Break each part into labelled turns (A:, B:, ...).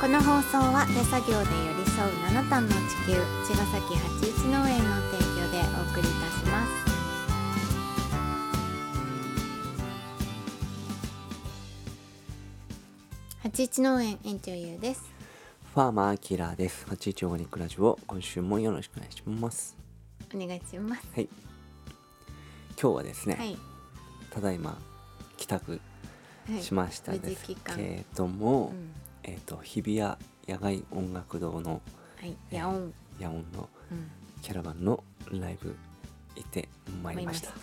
A: この放送は手作業で寄り添う七段の地球茅ヶ崎八一農園の提供でお送りいたします八一農園園長ゆうです
B: ファーマーキラーです。81オーガニックラジオ、今週もよろしくお願いします。
A: お願いします
B: はい。今日はですね、
A: はい
B: ただいま帰宅
A: はい
B: しました
A: 無事
B: です
A: 帰還
B: けれども、
A: うん
B: えっ、と日比谷野外音楽堂の
A: はい
B: えー
A: やおん
B: 野音の
A: うん
B: キャラバンのライブ行ってまいりました。は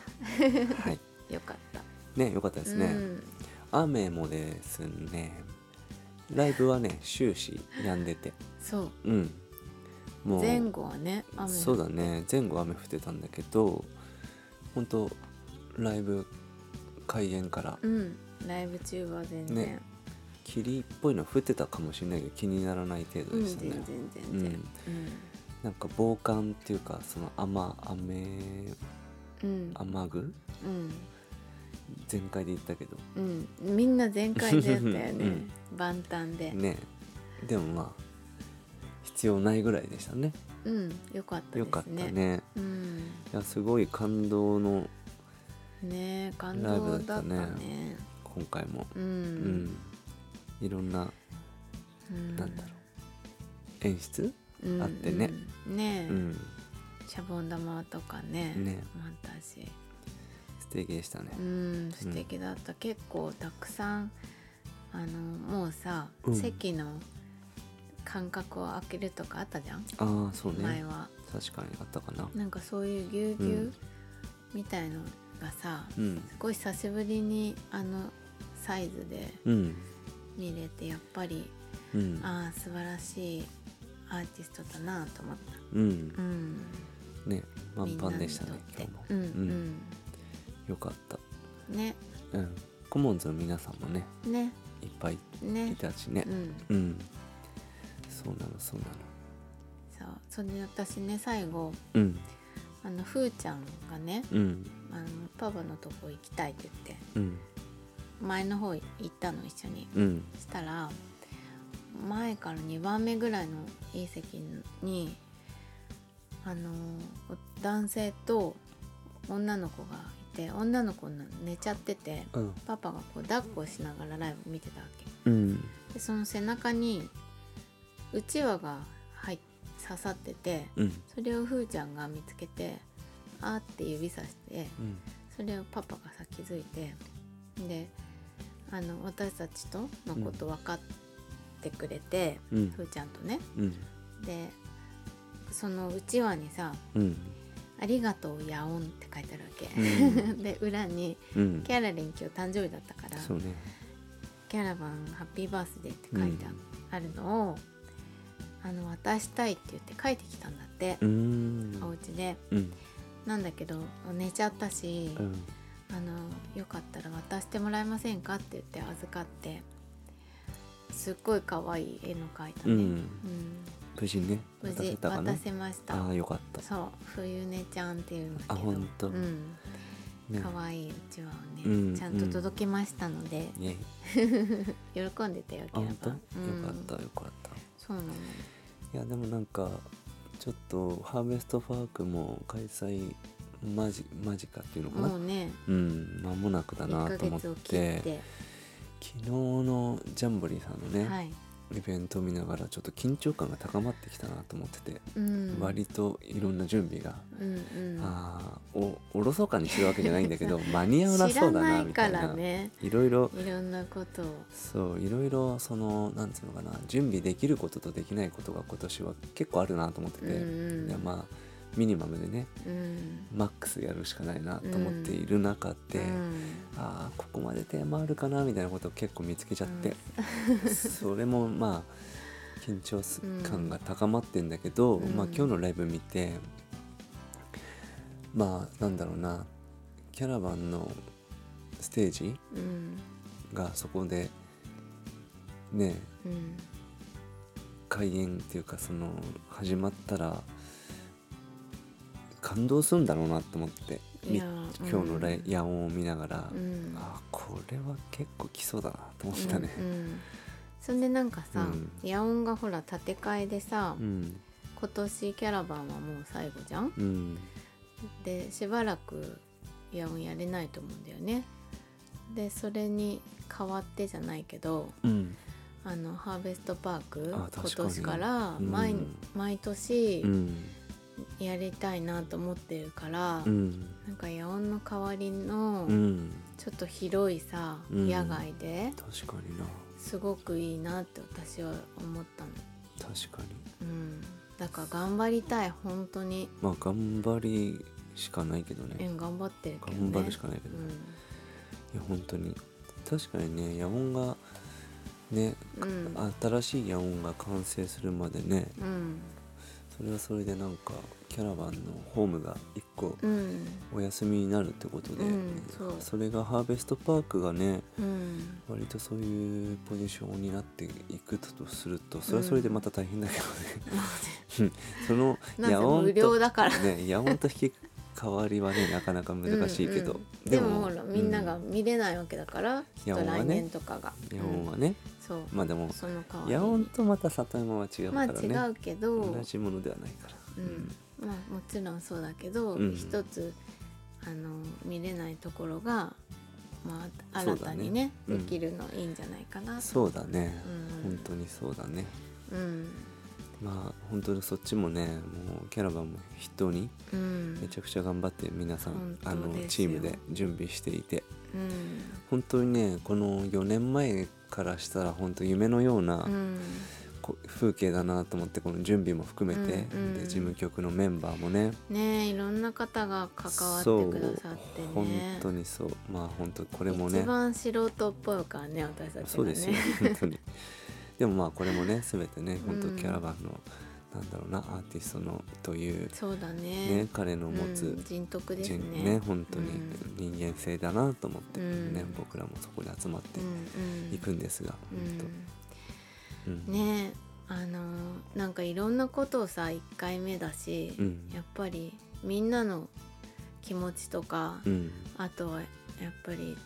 B: い。
A: よかった
B: ね、良かったですね。
A: うん
B: 雨もですね、ライブはね終始止んでて、
A: そう
B: うん。も
A: 前後はね雨
B: そうだね前後雨降ってたんだけど本当ライブ開演から
A: うんライブ中は全然、
B: ね霧っぽいの降ってたかもしれないけど気にならない程
A: う
B: 度
A: ん全
B: でしたね
A: 然、全然
B: なんか防寒っていうかその雨雨
A: うん
B: 雨具
A: うん、
B: 全開で行ったけど
A: うんうん、みんな全開でやったよね、
B: うん
A: 万端で、
B: ねでもまあ必要ないぐらいでしたね
A: うんよかったですね
B: よかったね
A: うん
B: いやすごい感動の
A: ねえ感
B: ライ
A: 動
B: ブ
A: だ
B: だ
A: っ
B: った
A: ね
B: たね今回も、
A: う
B: うん
A: ん、
B: いろんな
A: うん
B: なんだろう演出、
A: うん
B: あってね
A: うんねえ、
B: うん、
A: シャボン玉とかね
B: ね
A: もあったし
B: 素敵でしたね
A: うん素敵だった、結構たくさんあのもうさ、
B: うん
A: 席の間隔を空けるとかあったじゃん、
B: ああそう
A: 前
B: ね
A: は
B: 確かにあったかな
A: なんかそういうぎゅうぎゅ
B: う
A: うんみたいのがさ、
B: うん
A: すごい久しぶりにあのサイズで
B: うん
A: 見れてやっぱり
B: うん
A: ああ素晴らしいアーティストだなと思った
B: うん
A: うん
B: ね満
A: みんな
B: 帆で
A: に
B: した
A: とっ
B: ね今
A: て
B: 日も
A: うん
B: よかった
A: うんね
B: うんコモンズの皆さんもね
A: ね
B: いっぱいい
A: ね
B: たしね
A: うん
B: うんそうなのそうなの
A: そうそれで私ね最後
B: うん
A: あのふーちゃんがね
B: うん
A: あのパパのとこ行きたいって言って
B: うん
A: 前の方行ったの一緒に
B: うん
A: したら前から2番目ぐらいのいい席にあのお男性と女の子がいて女の子な寝ちゃってて
B: うん
A: パパがこう抱っこしながらライブ見てたわけ
B: うん
A: でその背中にうちわが入っ刺さってて
B: うん
A: それをふーちゃんが見つけて「あ」って指さして
B: うん
A: それをパパがさ気づいてであの私たちとのこと分かってくれて、
B: うん
A: ふーちゃんとね
B: うん
A: でそのうちわにさ
B: うん
A: 「ありがとうやおん」って書いてあるわけ、
B: う
A: で裏に
B: うん
A: キャラリン今日誕生日だったから
B: そうね
A: キャラバンハッピーバースデーって書いてあ
B: うん
A: あるのを、あの渡したいって言って書いてきたんだって
B: う、ん
A: お家で
B: うん
A: なんだけど寝ちゃったし、
B: うん
A: あのよかったら渡してもらえませんかって言って預かってすっごい可愛い絵の描いた
B: う
A: ね、
B: ん
A: うん
B: 無事ね
A: 無
B: 渡
A: 事
B: せたかな
A: 渡せました
B: ああよかった
A: そう冬音ちゃんっていうんだけど
B: あほんと
A: うん、
B: ね
A: 可愛いうちわをね、
B: うん
A: ちゃんと届けましたので、
B: イエイ
A: 喜んでたよキャラ
B: あ本当
A: バ
B: よ
A: ン
B: かったよかった
A: そうなの
B: いやでもなんかちょっとハーベストファークも開催間じ間近っていうのか
A: も
B: な
A: うね
B: うん間もなくだ
A: 1
B: な
A: ヶ
B: と思っ
A: 月
B: て
A: を切って
B: 昨日のジャンボリーさんのね、
A: はい、
B: イベントを見ながらちょっと緊張感が高まってきたなと思ってて、
A: うん、
B: 割といろんな準備が、
A: うんうん
B: ああおおろそかにしてるわけじゃないんだけど間に合わなそ
A: 知ら
B: うだ
A: な
B: ないみた
A: か
B: いな
A: らね
B: いろいろ
A: いろんなことを
B: そういろいろそのなんつうのかな準備できることとできないことが今年は結構あるなと思ってて、
A: うんうん
B: いやまあミニマムでね
A: うん
B: マックスやるしかないなと思っている中で、
A: うん
B: ああここまでテーマあるかなみたいなことを結構見つけちゃって、 それもまあ緊張す
A: うん
B: 感が高まってんだけど、
A: うん
B: まあ、今日のライブ見てまあなんだろうなキャラバンのステージ
A: うん
B: がそこでね
A: うん
B: 開演っていうかその始まったら感動するんだろうなと思ってみ
A: いや
B: 今
A: ー
B: 日のライ
A: うん
B: 野音を見ながら、
A: うん
B: あーこれは結構来そうだなと思ったね
A: う、んそんでなんかさ、
B: うん
A: 野音がほら建て替えでさ、
B: うん
A: 今年キャラバンはもう最後じゃん
B: うん
A: でしばらく野音やれないと思うんだよねでそれに代わってじゃないけど
B: うん
A: あのハーベストパーク
B: あ
A: 今
B: 確かに
A: 年から毎,、
B: うん
A: 毎年
B: うん
A: やりたいなと思ってるから、
B: うん
A: なんか野音の代わりの
B: うん
A: ちょっと広いさ、
B: うん
A: 野外で
B: 確かにな
A: すごくいいなって私は思ったの、
B: 確かに
A: うん、だから頑張りたい本当に、
B: まあ頑張りしかないけど
A: う
B: ね
A: ん、頑張ってるけどね
B: 頑張るしかないけど、
A: う
B: い
A: ん
B: や本当に確かにね野音がね
A: うん
B: 新しい野音が完成するまでね
A: うん
B: それはそれでなんかキャラバンのホームが一個
A: うん
B: お休みになるってことで、
A: うんそう
B: れがハーベストパークがね
A: うん
B: 割とそういうポジションになっていくとするとそれはそれでまた大変だけどね、その
A: なんせ
B: 野音
A: 無料だから
B: とね野音と引き替わりはねなかなか難しいけど、
A: うんうんでもほらみんなが見れないわけだから、きっと
B: 野音はね
A: 来年とかが、
B: うん野音
A: う
B: は
A: ん
B: ね、
A: そう、
B: まあでも
A: その代わり
B: 野音とまた里山は違う
A: まあ
B: からね、
A: 違うけど、
B: 同じものではないから、
A: うんまあ、もちろんそうだけど、
B: うん
A: 一つあの見れないところが、まあ、
B: そ
A: 新
B: うだね
A: たにね
B: うん
A: できるのいいんじゃないかなと
B: そうだね、
A: うん
B: 本当にそうだね
A: うん
B: まあ本当にそっちもねもうキャラバンも筆頭に
A: うん
B: めちゃくちゃ頑張って皆さん
A: 本、当
B: あの
A: ですよ
B: チームで準備していて
A: うん
B: 本当にねこの4年前からしたら本当夢のような
A: うん
B: こ風景だなと思ってこの準備も含めて、
A: うんうん
B: で事務局のメンバーもね
A: ねえいろんな方が関わって
B: そう
A: くださってね
B: 本当にそうまあ本当これもね
A: 一番素人っぽいからね私たちがね
B: そうですよ本当にでもまあこれもね全てね本当
A: うん
B: キャラバンの、なんだろうなアーティストのという、
A: そうだね
B: ね、彼の持つ、
A: うん、人徳ですね
B: 人ね本当に人間性だなと思って、ね
A: うん
B: 僕らもそこに集まって
A: うんうん
B: いくんですが、
A: う
B: 本
A: ん
B: 当うん
A: ねえあのーなんかいろんなことをさ1回目だし、
B: うん
A: やっぱりみんなの気持ちとか、
B: うん
A: あとはやっぱり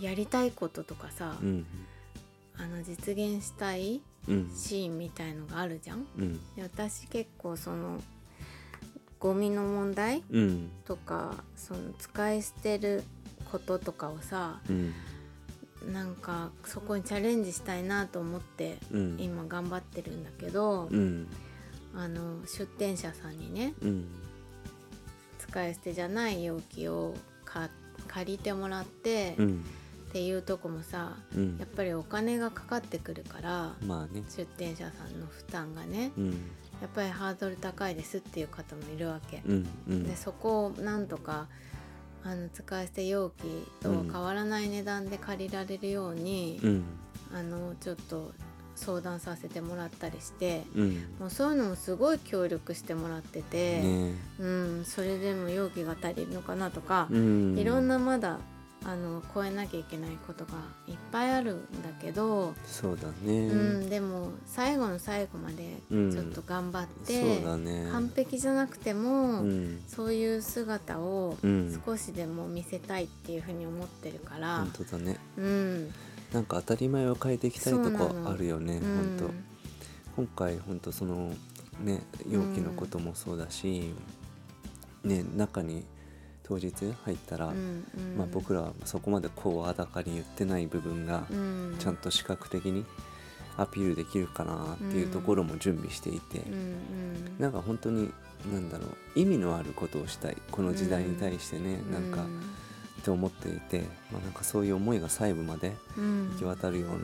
A: やりたいこととかさ、
B: うん
A: あの実現したい
B: うん
A: シーンみたいのがあるじゃん。
B: うん
A: で私結構そのゴミの問題
B: うん
A: とかその使い捨てることとかをさ
B: うん
A: なんかそこにチャレンジしたいなと思って
B: うん
A: 今頑張ってるんだけど、
B: うん
A: あの出店者さんにね
B: うん
A: 使い捨てじゃない容器をか借りてもらって、
B: う
A: っ
B: ん
A: ていうとこもさ
B: うん
A: やっぱりお金がかかってくるから
B: まあね
A: 出店者さんの負担がね
B: うん
A: やっぱりハードル高いですっていう方もいるわけ、
B: うんうん
A: でそこをなんとかあの使い捨て容器と変わらない値段で借りられるように、
B: うん
A: あのちょっと相談させてもらったりして
B: うん
A: もうそういうのもすごい協力してもらってて。
B: ね
A: うん、それでも容器が足りるのかなとか、
B: うん
A: いろんなまだあの超えなきゃいけないことがいっぱいあるんだけど、
B: そうだ
A: う
B: ね
A: んでも最後の最後まで
B: うん
A: ちょっと頑張って、
B: そうだね
A: 完璧じゃなくても、
B: うん
A: そういう姿を
B: うん
A: 少しでも見せたいっていうふうに思ってるから
B: 本、当だね
A: うんうん
B: なんか当たり前を変えていきたいと
A: そ
B: こ
A: うなの
B: あるよね本当今回本当そのね容器のこともそうだし、ね中に当日入ったら、
A: うんうん
B: まあ、僕らはそこまでこうあだかに言ってない部分が
A: うん
B: ちゃんと視覚的にアピールできるかなっていうところも準備していて、
A: うんうん
B: なんか本当に何だろう意味のあることをしたいこの時代に対してね、なんかって思っていて、まあ、なんかそういう思いが細部まで
A: うん
B: 行き渡るよう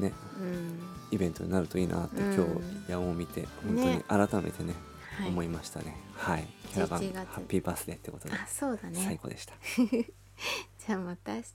B: な、ね、
A: うん
B: イベントになるといいなって今
A: うん
B: 日、矢を見て本
A: ね
B: 当に改めてね
A: はい
B: 思いましたねはいキャラバン
A: 11月
B: ハッピーバースデーってことで
A: あそうだね
B: 最高でした。
A: じゃあまた明日。